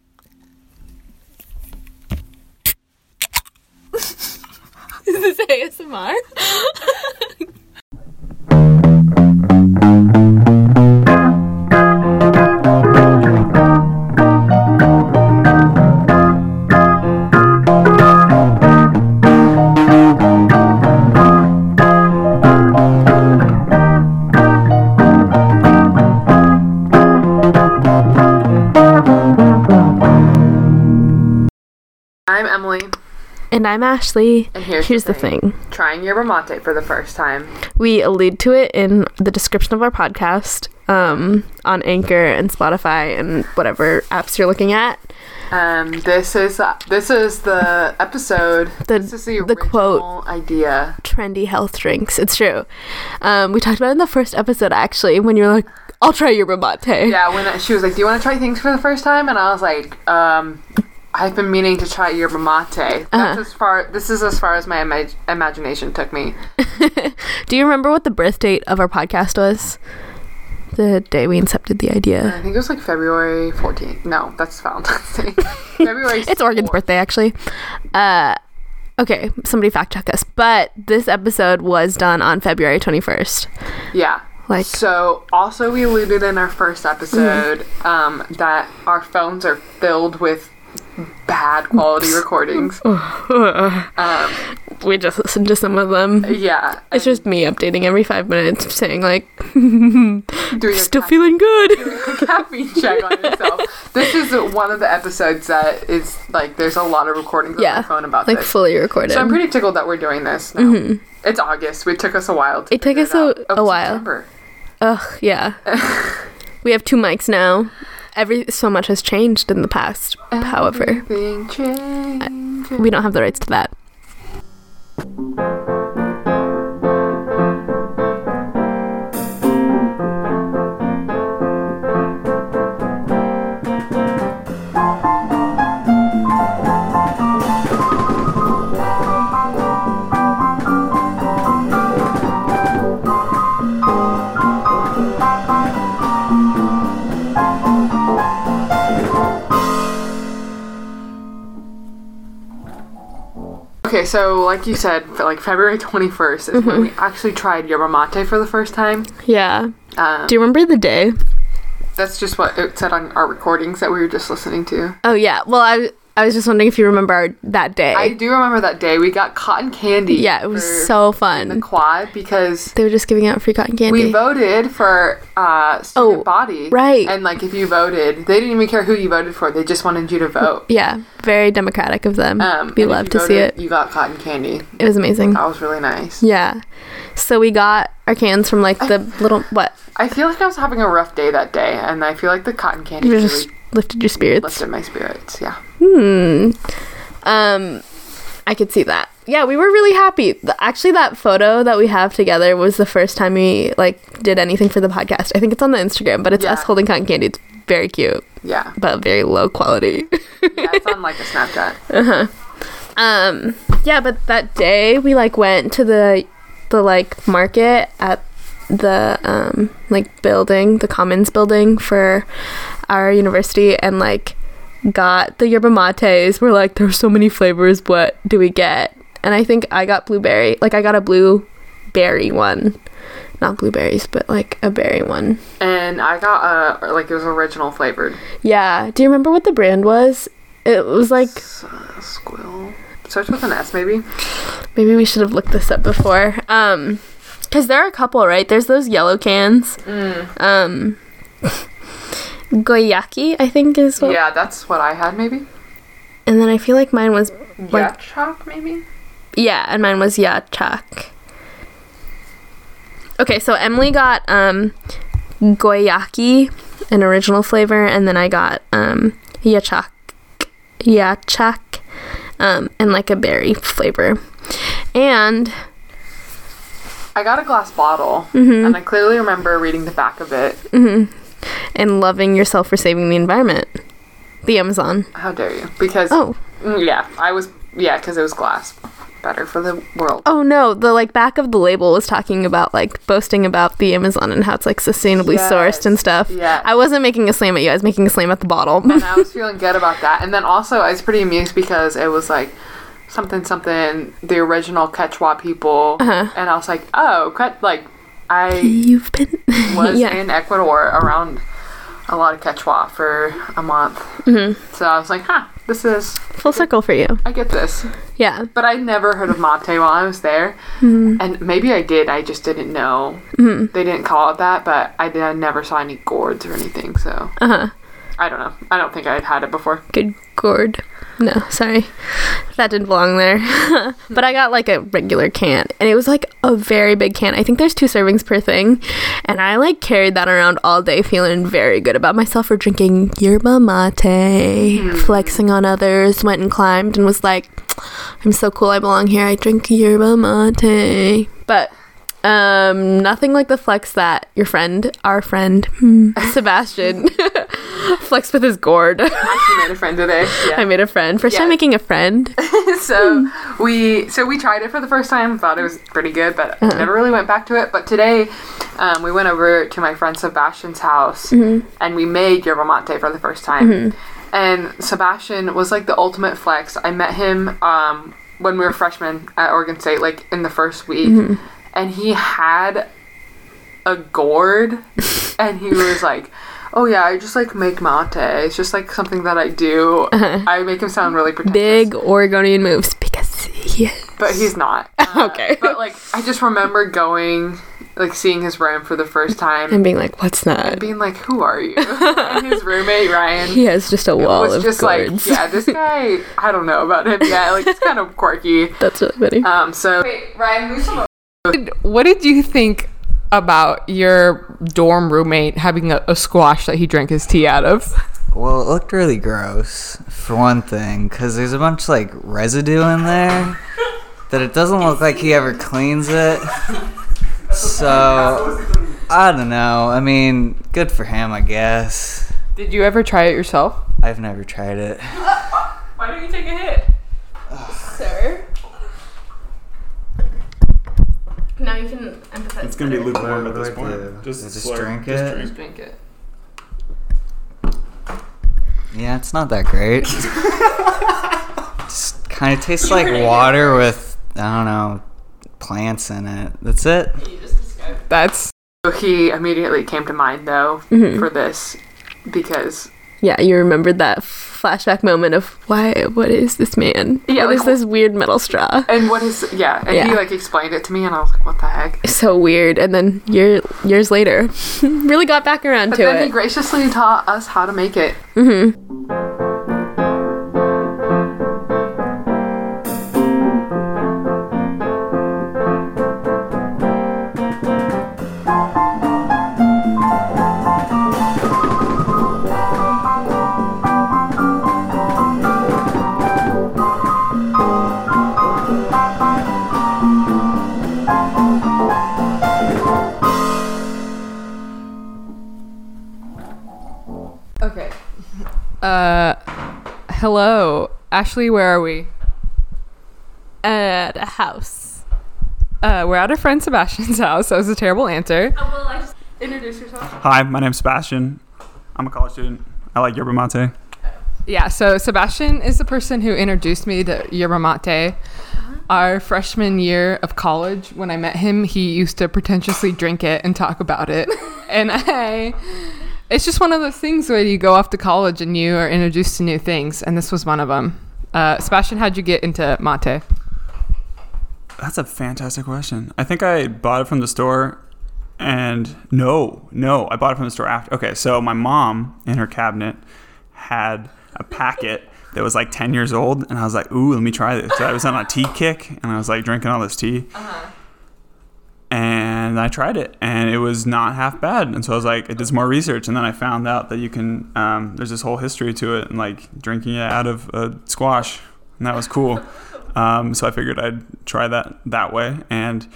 Is this ASMR? I'm Emily, and I'm Ashley. and here's, Here's the thing. Trying yerba mate for the first time. We allude to it in the description of our podcast um, on Anchor and Spotify and whatever apps you're looking at. Um, this is this is the episode. The- this is the, the quote. original idea. Trendy health drinks. It's true. Um, we talked about it in the first episode, actually, when you were like, I'll try yerba mate. Yeah, when she was like, "Do you want to try things for the first time?" and I was like, um, "I've been meaning to try yerba mate." That's Uh-huh. as far. This is as far as my imag- imagination took me. Do you remember what the birth date of our podcast was? The day we incepted the idea. I think it was like February 14th. No, that's Valentine's Day. February. It's Oregon's 4th. birthday, actually. Uh, okay, somebody fact check us. But this episode was done on February 21st. Yeah. Like- so also we alluded in our first episode Mm-hmm. um, that our phones are filled with bad quality recordings. Um, uh, we just listened to some of them. yeah. It's just me updating every five minutes, saying like, doing still a ca- feeling good. caffeine check on yourself. This is one of the episodes that is like there's a lot of recordings on Yeah, my phone about like this. fully recorded. so I'm pretty tickled that we're doing this. Now. It's August. It took us a while. To Mm-hmm. It took figure us a- out. Oh, a while. September. Ugh, yeah. we have two mics now. Every so much has changed in the past. However, Everything changes. we don't have the rights to that. Okay, so like you said, f- like February 21st is when we Mm-hmm. actually tried yerba mate for the first time. Yeah. Um, Do you remember the day? that's just what it said on our recordings that we were just listening to. Oh yeah. Well, I I was just wondering if you remember our- that day. I do remember that day we got cotton candy. Eh. yeah, it was for so the fun. quad because They were just giving out free cotton candy. we voted for uh, student Oh, body, right. And like if you voted, they didn't even care who you voted for; they just wanted you to vote. yeah, very democratic of them. Um, we and if love you Mm-hmm. to see voted, it. Mm-hmm. You got cotton candy. It was amazing. That was really nice. Yeah. So we got our cans from like the Oh. little what? I feel like I was having a rough day that day, and I feel like the cotton candy You really just lifted your spirits. lifted my spirits. Yeah. Hmm. Um, I could see that. Yeah, we were really happy. The- Actually, that photo that we have together was the first time we like did anything for the podcast. I think it's on the Instagram, but it's Yeah. us holding cotton candy. It's very cute, Yeah. but very low quality. yeah, it's on like a Snapchat. Uh-huh. um, yeah, but that day we like went to the the like market at the um like building, the commons building for our university and like got the yerba mates. We're like, there's so many flavors, what do we get? And I think I got blueberry. Like I got a blueberry one. Not blueberries, but like a berry one. And I got a like it was original flavored Yeah. Do you remember what the brand was? It was like S- uh, squill. Starts with an S, maybe. Maybe we should have looked this up before. Um, because there are a couple, right? There's those yellow cans. Um, goyaki, I think is what. yeah, that's what I had, maybe. And then I feel like mine was Yeah, chalk, maybe. yeah, and mine was yachak. Okay, so Emily got um, goyaki, an original flavor, and then I got um, yachak, yachak, um, and like a berry flavor, and I got a glass bottle, Mm-hmm. and I clearly remember reading the back of it. and loving yourself for saving the environment. The Amazon. How dare you? Because Oh, Mm, yeah, I was yeah, because it was glass, better for the world. oh no! The like back of the label was talking about like boasting about the Amazon and how it's like sustainably Yes, sourced and stuff. yes. I wasn't making a slam at you. I was making a slam at the bottle. And I was feeling good about that. And then also, I was pretty amused because it was like something something the original Quechua people, Uh-huh. and I was like, oh, Que- like I You've been. was yeah. in Ecuador around a lot of Quechua for a month, Mm-hmm. so I was like, huh, this is Full circle for you. I get this, Yeah. but I never heard of mate while I was there, Mm-hmm. and maybe I did, I just didn't know. They didn't call it that, but I, did, I never saw any gourds or anything, so Uh huh. I don't know. I don't think I'd had it before. Good gourd. No, sorry. That didn't belong there. but I got like a regular can and it was like a very big can. I think there's two servings per thing. And I like carried that around all day feeling very good about myself for drinking yerba mate, flexing on others, went and climbed and was like, I'm so cool, I belong here. I drink yerba mate. But um nothing like the flex that your friend, our friend, hmm, Sebastian flexed with his gourd. Actually, made a friend today. I made a friend. First Yeah. time making a friend. so we so we tried it for the first time thought it was pretty good but never really went back to it but today um, we went over to my friend sebastian's house and we made yerba mate for the first time and sebastian was like the ultimate flex i met him um, when we were freshmen at oregon state like in the first week and he had a gourd and he was like oh yeah i just like make mate it's just like something that i do i make him sound really pretentious Big Oregonian moves because he is. but he's not. okay. But like, I just remember going, like, seeing his room for the first time And being like, what's that? and being like, "Who are you?" and his roommate Ryan He has just a wall was of just like, gourds. "Yeah, this guy. I don't know about him. Yeah, like, it's kind of quirky." That's really funny. Um, so Ryan, What did you think about your dorm roommate having a, a squash that he drank his tea out of? Well, it looked really gross, for one thing, because there's a bunch like residue in there that it doesn't look like he ever cleans it. So, I don't know. I mean, good for him, I guess. Did you ever try it yourself? I've never tried it. Why don't you take a hit? now you can empathize. It's gonna be lukewarm at this Like point. the- Just, just slurp. drink it. Just drink. drink it. Yeah, it's not that great. Just kind of tastes like water with, I don't know, plants in it. That's it. That's Mm-hmm. So he immediately came to mind though for this because Yeah, you remembered that flashback moment of why? What is this man? Yeah, what like, is this weird metal straw? and what is yeah and he Yeah. like explained it to me and I was like, "What the heck." So weird. And then year, years later, really got back around But to then it. he graciously taught us how to make it. okay. Uh, hello, Ashley. Where are we? At a house. Uh, we're at our friend Sebastian's house. That was a terrible answer. Introduce yourself. Hi, my name's Sebastian. I'm a college student. I like yerba mate. Yeah, so Sebastian is the person who introduced me to yerba mate. Our freshman year of college, when I met him, he used to pretentiously drink it and talk about it. and I, it's just one of those things where you go off to college and you are introduced to new things, and this was one of them. Uh, Sebastian, how'd you get into mate? That's a fantastic question. I think I bought it from the store and no, no, I bought it from the store after. Okay, so my mom in her cabinet had a packet that was like 10 years old and I was like, "Ooh, let me try this." So I was on a tea kick and I was like drinking all this tea. And I tried it, and it was not half bad. And so I was like, I did some more research, and then I found out that you can. Um, there's this whole history to it, and like drinking it out of a squash, and that was cool. Um, so I figured I'd try that that way, and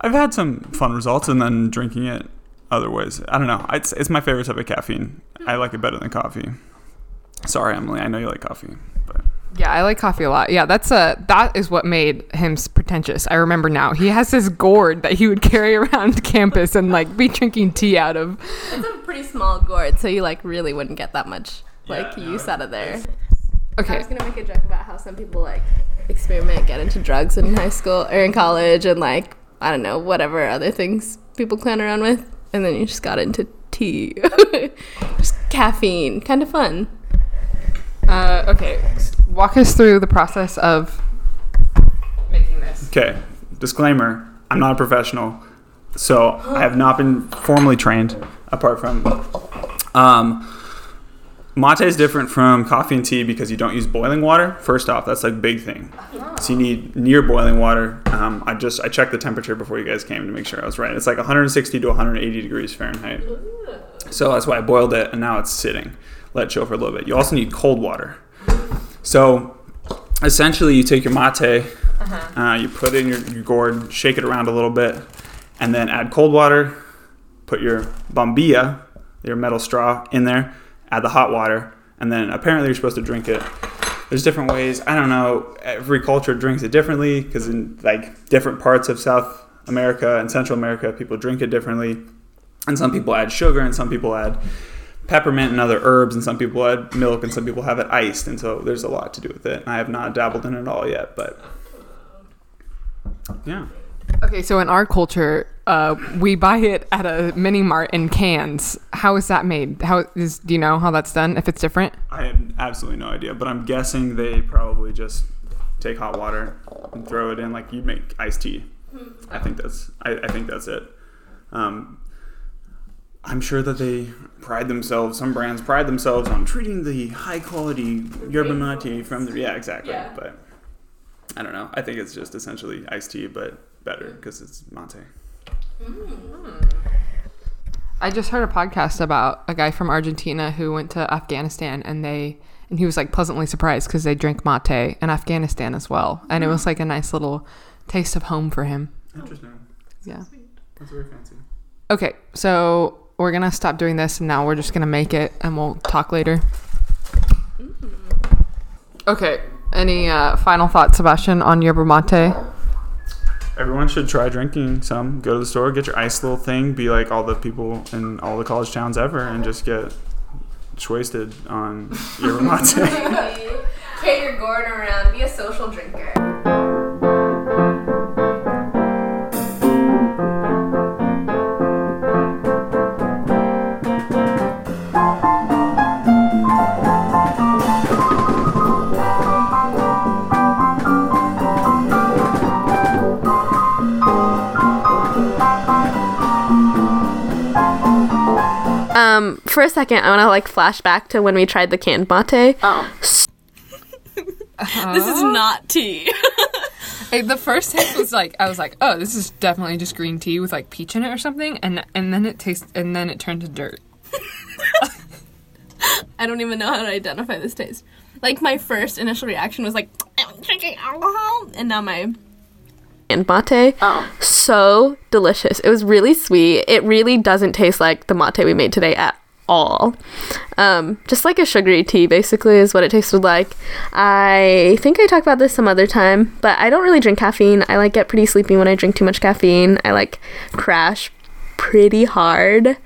I've had some fun results, and then drinking it other ways. I don't know. It's it's my favorite type of caffeine. I like it better than coffee. Sorry, Emily. I know you like coffee, but Yeah, I like coffee a lot. Yeah, that's a that is what made him s- pretentious. I remember now. He has this gourd that he would carry around campus and like be drinking tea out of. It's a pretty small gourd, so you like really wouldn't get that much like Yeah, no, use out of there. I Okay, was gonna make a joke about how some people like experiment, get into drugs in high school or in college, and like I don't know whatever other things people clown around with, and then you just got into tea, just caffeine, kind of fun. Uh, okay, s- walk us through the process of making this. Okay, disclaimer I'm not a professional, so I have not been formally trained apart from. Um, mate is different from coffee and tea because you don't use boiling water. First off, that's like big thing. So you need near boiling water. Um, I just I checked the temperature before you guys came to make sure I was right. It's like 160 to 180 degrees Fahrenheit. So that's why I boiled it, and now it's sitting. Let it chill for a little bit. You also need cold water. So essentially, you take your mate, uh, you put it in your, your gourd, shake it around a little bit, and then add cold water. Put your bombilla, your metal straw, in there. Add the hot water, and then apparently you're supposed to drink it. There's different ways. I don't know. Every culture drinks it differently because in like different parts of South America and Central America, people drink it differently. And some people add sugar, and some people add peppermint and other herbs, and some people add milk, and some people have it iced. And so there's a lot to do with it. And I have not dabbled in it all yet, but yeah. Okay, so in our culture, uh, we buy it at a mini mart in cans. How is that made? How is do you know how that's done? If it's different? I have absolutely no idea, but I'm guessing they probably just take hot water and throw it in like you make iced tea. I think that's I, I think that's it. Um, I'm sure that they pride themselves. Some brands pride themselves on treating the high quality yerba mate from the yeah exactly. But I don't know. I think it's just essentially iced tea, but better because it's mate. I just heard a podcast about a guy from Argentina who went to Afghanistan and they and he was like pleasantly surprised because they drink mate in Afghanistan as well, and it was like a nice little taste of home for him. Interesting. Yeah. That's very fancy. Okay, so we're gonna stop doing this and now we're just gonna make it and we'll talk later. Okay. Any uh, final thoughts, Sebastian, on yerba mate? Everyone should try drinking some. Go to the store, get your ice little thing, be like all the people in all the college towns ever, and just get wasted on yerba mate. Carry your gourd around. Be a social drinker. Um, for a second, I want to like flash back to when we tried the canned mate. Oh. This is not tea. Hey, the first taste was like I was like, oh, this is definitely just green tea with like peach in it or something, and and then it tastes and then it turned to dirt. I don't even know how to identify this taste. Like my first initial reaction was like, I'm drinking alcohol, and now my and mate. Oh. So delicious. It was really sweet. It really doesn't taste like the mate we made today at all. Um, just like a sugary tea, basically, is what it tasted like. I think I talked about this some other time, but I don't really drink caffeine. I like get pretty sleepy when I drink too much caffeine. I like crash pretty hard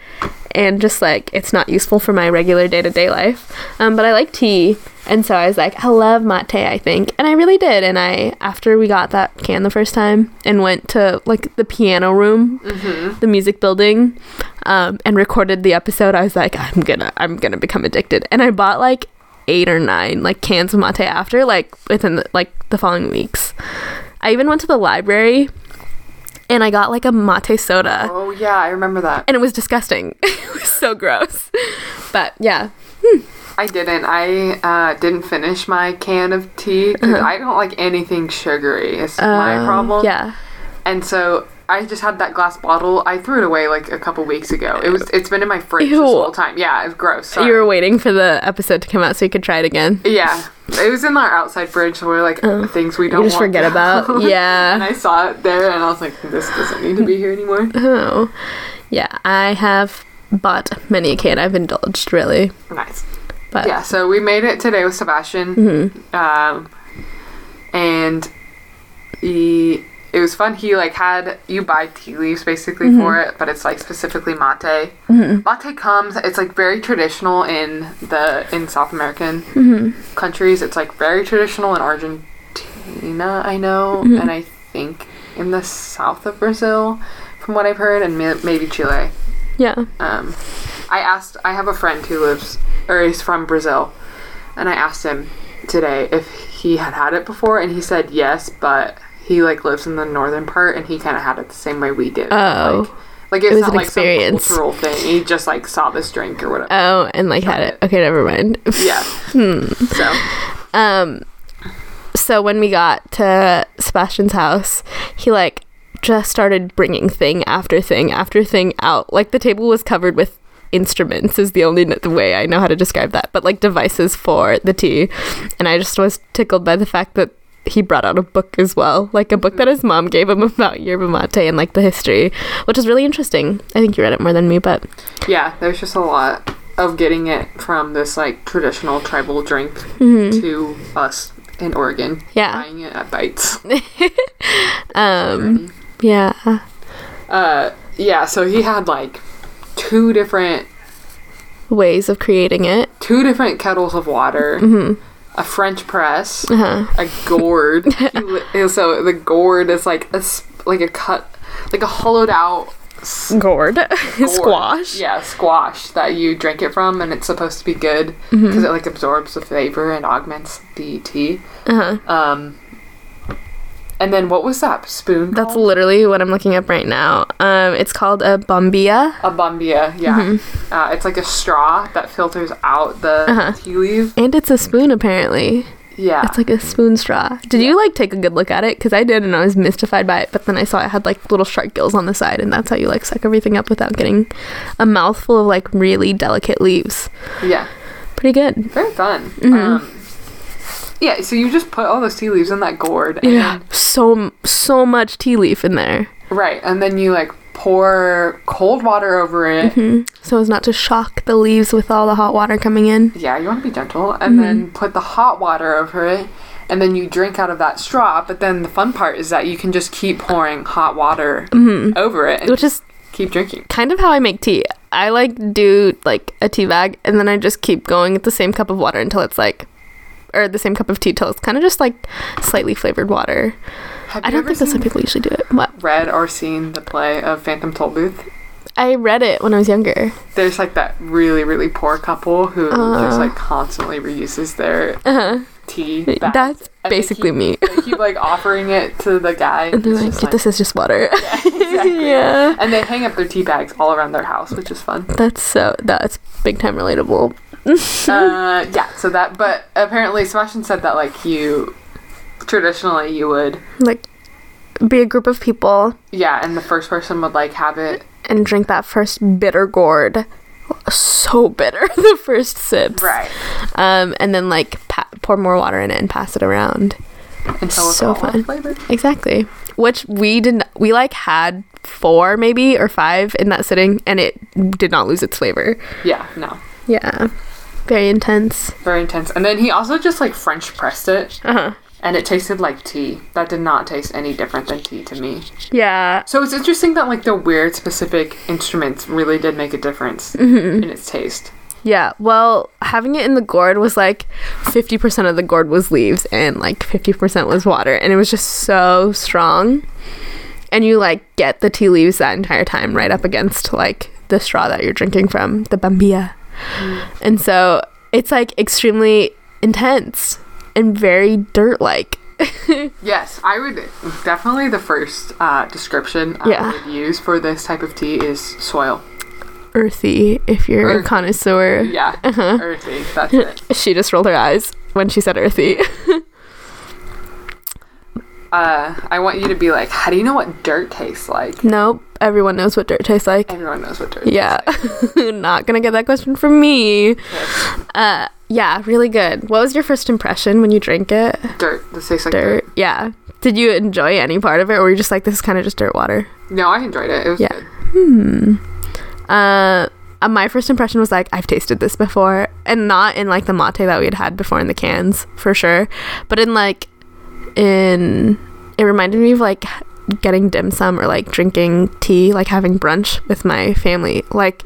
and just like it's not useful for my regular day-to-day life um, but i like tea and so i was like i love mate i think and i really did and i after we got that can the first time and went to like the piano room the music building um, and recorded the episode i was like i'm gonna i'm gonna become addicted and i bought like eight or nine like cans of mate after like within the, like the following weeks i even went to the library and i got like a mate soda Oh yeah, I remember that. and it was disgusting. it was so gross. But yeah, I didn't. I uh, didn't finish my can of tea 'cause I don't like anything sugary. It's my um, problem. Yeah, And so I just had that glass bottle. I threw it away like a couple weeks ago. It was. It's been in my fridge Ew. this whole time. Yeah, it's gross. Sorry. you were waiting for the episode to come out so you could try it again. Yeah, it was in our outside fridge, so we're like things we don't Oh. You just want forget to- about. And Yeah. I saw it there, and I was like, "This doesn't need to be here anymore." Oh, yeah. I have bought many a can. I've indulged really, Nice. but Yeah, so we made it today with Sebastian, um, and he, it was fun. He like had you buy tea leaves basically for it, but it's like specifically mate. Mate comes. It's like very traditional in the in South American countries. It's like very traditional in Argentina. Argentina, I know, and I think in the south of Brazil, from what I've heard, and ma- maybe Chile. Yeah. Um, I asked. I have a friend who lives or is from Brazil, and I asked him today if he had had it before, and he said yes, but he like lives in the northern part, and he kind of had it the same way we did. Oh. like, like it's was not an like experience. some cultural thing. He just like saw this drink or whatever. Oh, and like had it. Okay, never mind. Hmm. yeah. So Um, so when we got to Sebastian's house, he like just started bringing thing after thing after thing out. Like the table was covered with instruments is the only n- the way I know how to describe that, but like devices for the tea. And I just was tickled by the fact that he brought out a book as well, like a book that his mom gave him about yerba mate and like the history, which is really interesting. I think you read it more than me, but yeah, there's just a lot of getting it from this like traditional tribal drink to us in Oregon. Mm-hmm. Yeah. Buying it at Bites. um yeah. Uh, yeah, so he had like two different Ways of creating it. two different kettles of water, Mm-hmm. a French press, Uh-huh. a gourd. He li- and so the gourd is like a s- like a cut like a hollowed out s- Gourd. gourd. Squash. Yeah, squash that you drink it from, and it's supposed to be good because Mm-hmm. it like absorbs the flavor and augments the tea. Uh-huh. Um, and then what was that spoon? That's called? literally what I'm looking up right now. Um, it's called a bombilla, a bumbia. Yeah, Mm-hmm. uh, it's like a straw that filters out the tea leaves. and it's a spoon apparently. Yeah, Uh-huh. It's like a spoon straw. Did you like take a good look at it? Because I did, and I was mystified by it. But then I saw it had like little shark gills on the side, and that's how you like suck everything up without getting a mouthful of like really delicate leaves. yeah. Pretty good. Very fun. Mm-hmm. Um, yeah, so you just put all those tea leaves in that gourd. And Yeah, so so much tea leaf in there, Then, right, and then you like pour cold water over it. Mm-hmm. so as not to shock the leaves with all the hot water coming in. Yeah, you want to be gentle. And Mm-hmm. then put the hot water over it. And then you drink out of that straw. But then the fun part is that you can just keep pouring hot water over it and Mm-hmm. Which is keep drinking. kind of how I make tea. I like do like a tea bag and then I just keep going at the same cup of water until it's like or the same cup of tea till it's kind of just like slightly flavored water. Have I you don't ever think that's how seen- people usually do it. What? read or seen the play of Phantom Tollbooth. I read it when I was younger. There's like that really, really poor couple who Uh-huh. just like constantly reuses their tea. bags. That's And they basically keep- me. they keep like offering it to the guy. And they're he's like, just this is just water. exactly. yeah. And they hang up their tea bags all around their house, which is fun. That's so that's big time relatable. uh, yeah, so that. But apparently, Sebastian said that like you traditionally you would Like be a group of people yeah, and the first person would like have it and drink that first bitter gourd. So bitter the first sips. Um and then like pa- pour more water in it and pass it around. until it's So all fun. flavor. Exactly. Which we didn't. We like had four maybe or five in that sitting, and it did not lose its flavor. Yeah, no, Yeah. Very intense. very intense. And then he also just like French pressed it, Uh-huh. and it tasted like tea. That did not taste any different than tea to me. Yeah. So it's interesting that like the weird specific instruments really did make a difference Mm-hmm. in its taste. Yeah. Well, having it in the gourd was like 50% of the gourd was leaves and like 50% was water, and it was just so strong. And you like get the tea leaves that entire time right up against like the straw that you're drinking from, the bambia. And so it's like extremely intense and very dirt like. Yes, I would definitely the first uh, description I Yeah. would use for this type of tea is soil. earthy if you're a Earthy. connoisseur. Uh-huh. Yeah, earthy. That's it. She just rolled her eyes when she said earthy. Uh, I want you to be like, how do you know what dirt tastes like? nope, everyone knows what dirt tastes like. Everyone knows what dirt. Yeah, not gonna get that question from me. Uh, yeah, really good. What was your first impression when you drank it? Tastes. Dirt. This tastes like dirt. Dirt. Yeah. Did you enjoy any part of it, or were you just like, this is kind of just dirt water? No, I enjoyed it. It was Yeah. good. Hmm. Uh, uh, my first impression was like, I've tasted this before, and not in like the mate that we had had before in the cans for sure, but in like, in it reminded me of like getting dim sum or like drinking tea, like having brunch with my family, like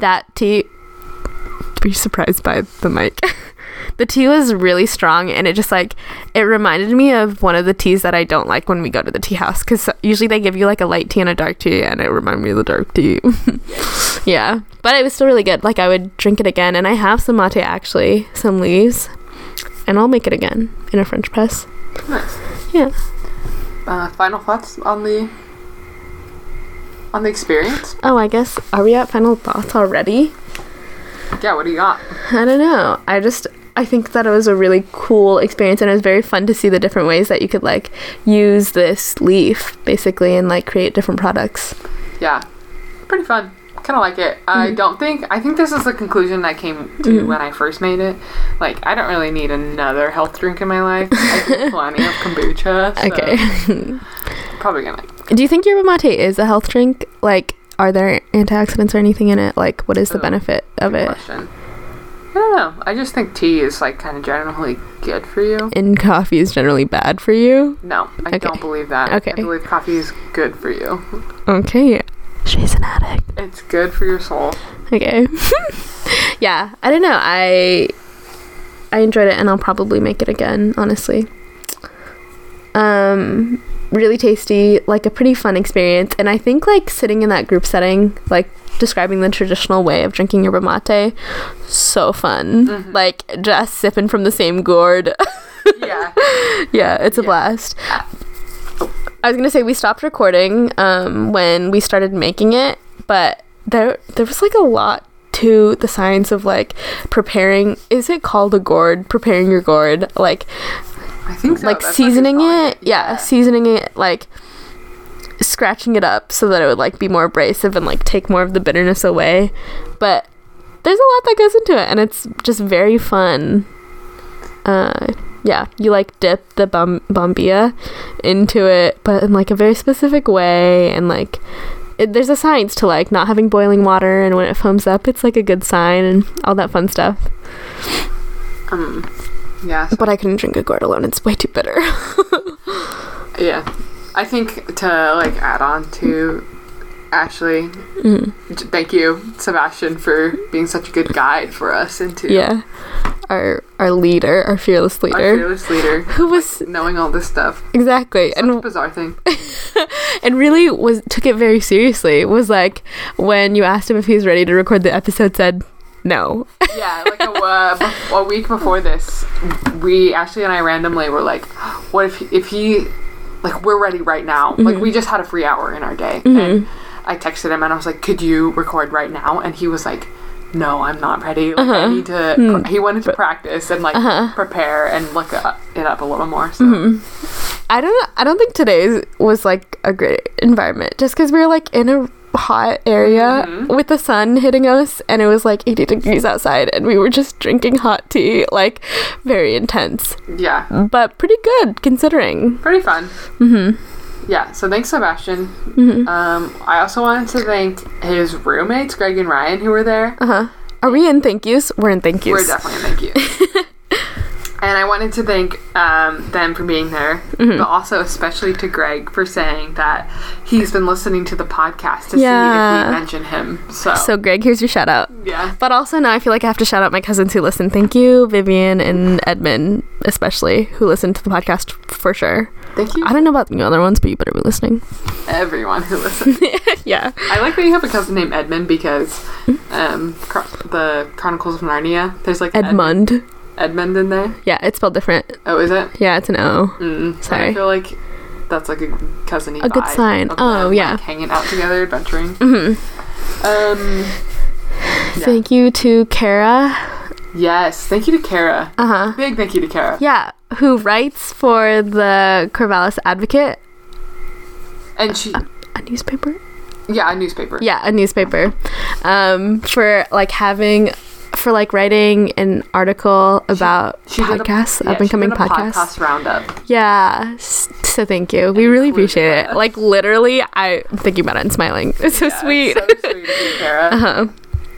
that tea. Be surprised by the mic. The tea was really strong, and it just like it reminded me of one of the teas that I don't like when we go to the tea house because usually they give you like a light tea and a dark tea, and it reminded me of the dark tea. yeah, but it was still really good. Like I would drink it again, and I have some mate actually, some leaves, and I'll make it again in a French press. Nice. Yeah. Uh, final thoughts on the on the experience? Oh, I guess are we at final thoughts already? Yeah. What do you got? I don't know. I just I think that it was a really cool experience and it was very fun to see the different ways that you could like use this leaf basically and like create different products. Yeah. Pretty fun. Kind of like it. I Mm-hmm. don't think. I think this is the conclusion I came to when I first made it. Like, I don't really need another health drink in my life. I have plenty of kombucha. so Okay. Probably gonna. Do you think yerba mate is a health drink? Like are there antioxidants or anything in it? Like what is the Oh, benefit of good it Question. I don't know. I just think tea is like kind of generally good for you. and coffee is generally bad for you? No, I Okay. don't believe that. Okay. I believe coffee is good for you. Okay. She's an addict. It's good for your soul. Okay. yeah, I don't know. I I enjoyed it and I'll probably make it again, honestly. Um really tasty, like a pretty fun experience and I think like sitting in that group setting, like describing the traditional way of drinking yerba mate, so fun. Like just sipping from the same gourd. Yeah. yeah, it's a Yeah. blast. I was gonna say we stopped recording um, when we started making it, but there there was like a lot to the science of like preparing. Is it called a gourd? Preparing your gourd, like I think so. like That's what seasoning it's called. it. Yeah, seasoning it like scratching it up so that it would like be more abrasive and like take more of the bitterness away. But there's a lot that goes into it and it's just very fun. Uh yeah, you like dip the bom- bombilla into it, but in like a very specific way and like it, there's a science to like not having boiling water and when it foams up it's like a good sign and all that fun stuff Um, yeah, so- but i couldn't drink a gourd alone it's way too bitter yeah. I think to like add on to Ashley, Mm. j- thank you, Sebastian, for being such a good guide for us into yeah our our leader our fearless our leader fearless leader, who was knowing all this stuff. exactly Such a and bizarre thing. and really was took it very seriously was like when you asked him if he was ready to record the episode said no Yeah, like a, uh, bef- a week before this, we Ashley and I randomly were like, "What if if he like we're ready right now? Mm-hmm. Like we just had a free hour in our day." And I texted him and I was like, "Could you record right now?" And he was like, "No, I'm not ready. Like, Uh-huh. I need to." Hmm. He wanted to practice and like prepare and look up, it up a little more. So Mm-hmm. i don't i don't think today's was like a great environment just because we were like in a hot area Mm-hmm. with the sun hitting us and it was like 80 degrees outside and we were just drinking hot tea like very intense yeah, but pretty good considering pretty fun. Mm-hmm. Yeah, so thanks, Sebastian. Mm-hmm. Um, I also wanted to thank his roommates, Greg and Ryan, who were there. Uh-huh. are we in thank yous we're in thank yous We're definitely thank you. and I wanted to thank um, them for being there, Mm-hmm. but also especially to Greg for saying that he's been listening to the podcast to see if Yeah. we mention him. So, So, Greg, here's your shout out. yeah, But also now I feel like I have to shout out my cousins who listen. Thank you, Vivian and Edmund, especially, who listen to the podcast for sure. thank you I don't know about the other ones, but you better be listening. everyone who listens. Yeah. I like that you have a cousin named Edmund because Hmm? um, Chron- the Chronicles of Narnia. There's like an Ed- Edmund. Edmund in there. Yeah, it's spelled different. Oh, is it? Yeah, it's an O. Mm. I Sorry. feel like that's like a cousin. A good sign. Oh, yeah. Mm-hmm. hanging out together, adventuring. Um. Yeah. Thank you to Kara. Yes, thank you to Kara. Uh huh. Big thank you to Kara. Yeah, who writes for the Corvallis Advocate, And she, a newspaper. yeah, a newspaper. yeah a newspaper um for like having for like writing an article about She did a- podcasts yeah, up and she coming did a podcasts podcast roundup. yeah s- so thank you we really included appreciate it us. like literally i'm thinking about it and smiling it's so Yeah, sweet So sweet of you, Kara. Uh-huh.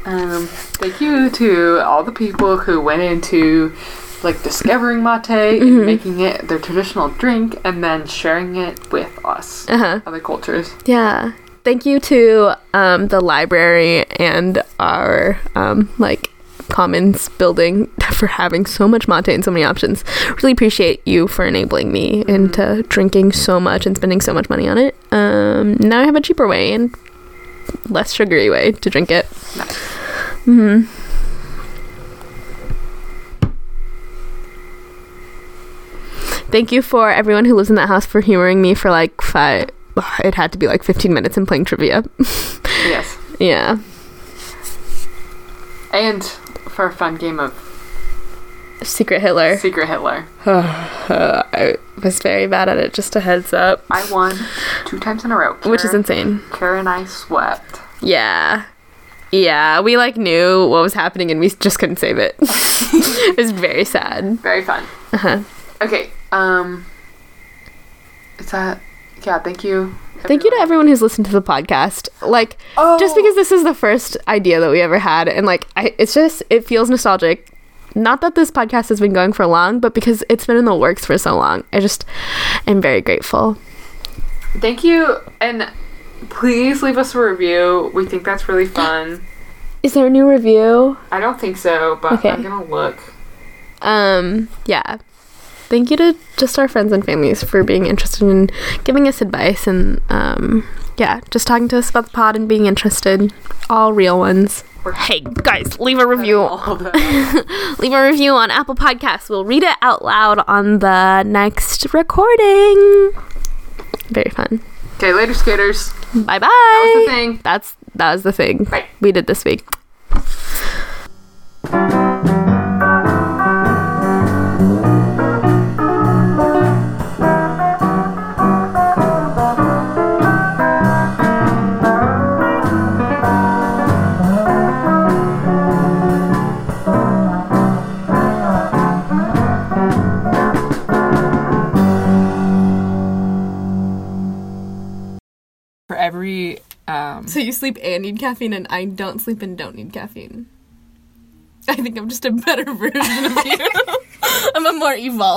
Um, thank you to all the people who went into like discovering mate Mm-hmm. and making it their traditional drink and then sharing it with us, Uh-huh. other cultures. yeah thank you to um the library and our um like Commons building for having so much mate and so many options. Really appreciate you for enabling me into drinking so much and spending so much money on it. Um, now I have a cheaper way and less sugary way to drink it. hmm Thank you for everyone who lives in that house for humoring me for like five. It had to be like 15 minutes and playing trivia. Yes. Yeah. And for a fun game of Secret Hitler. Secret Hitler. I was very bad at it, just a heads up. I won two times in a row. Which is Kara- insane. Kara and I swept. Yeah. Yeah, we like knew what was happening and we just couldn't save it. it was very sad. Very fun. Uh-huh. Okay. Um. Is that? Yeah. Thank you. Thank you to everyone who's listened to the podcast. Like, Oh, just because this is the first idea that we ever had, and like, I, it's just, it feels nostalgic. Not that this podcast has been going for long, but because it's been in the works for so long. I just am very grateful. Thank you, and please leave us a review. We think that's really fun. Is there a new review? I don't think so, but Okay. I'm gonna look. um yeah thank you to just our friends and families for being interested in giving us advice and um yeah just talking to us about the pod and being interested all real ones hey guys leave a review All the leave a review on apple podcasts we'll read it out loud on the next recording very fun okay, later, skaters. bye bye That was the thing. that's that was the thing Right. we did this week For every um, So you sleep and need caffeine, and I don't sleep and don't need caffeine. I think I'm just a better version of you. I'm a more evolved.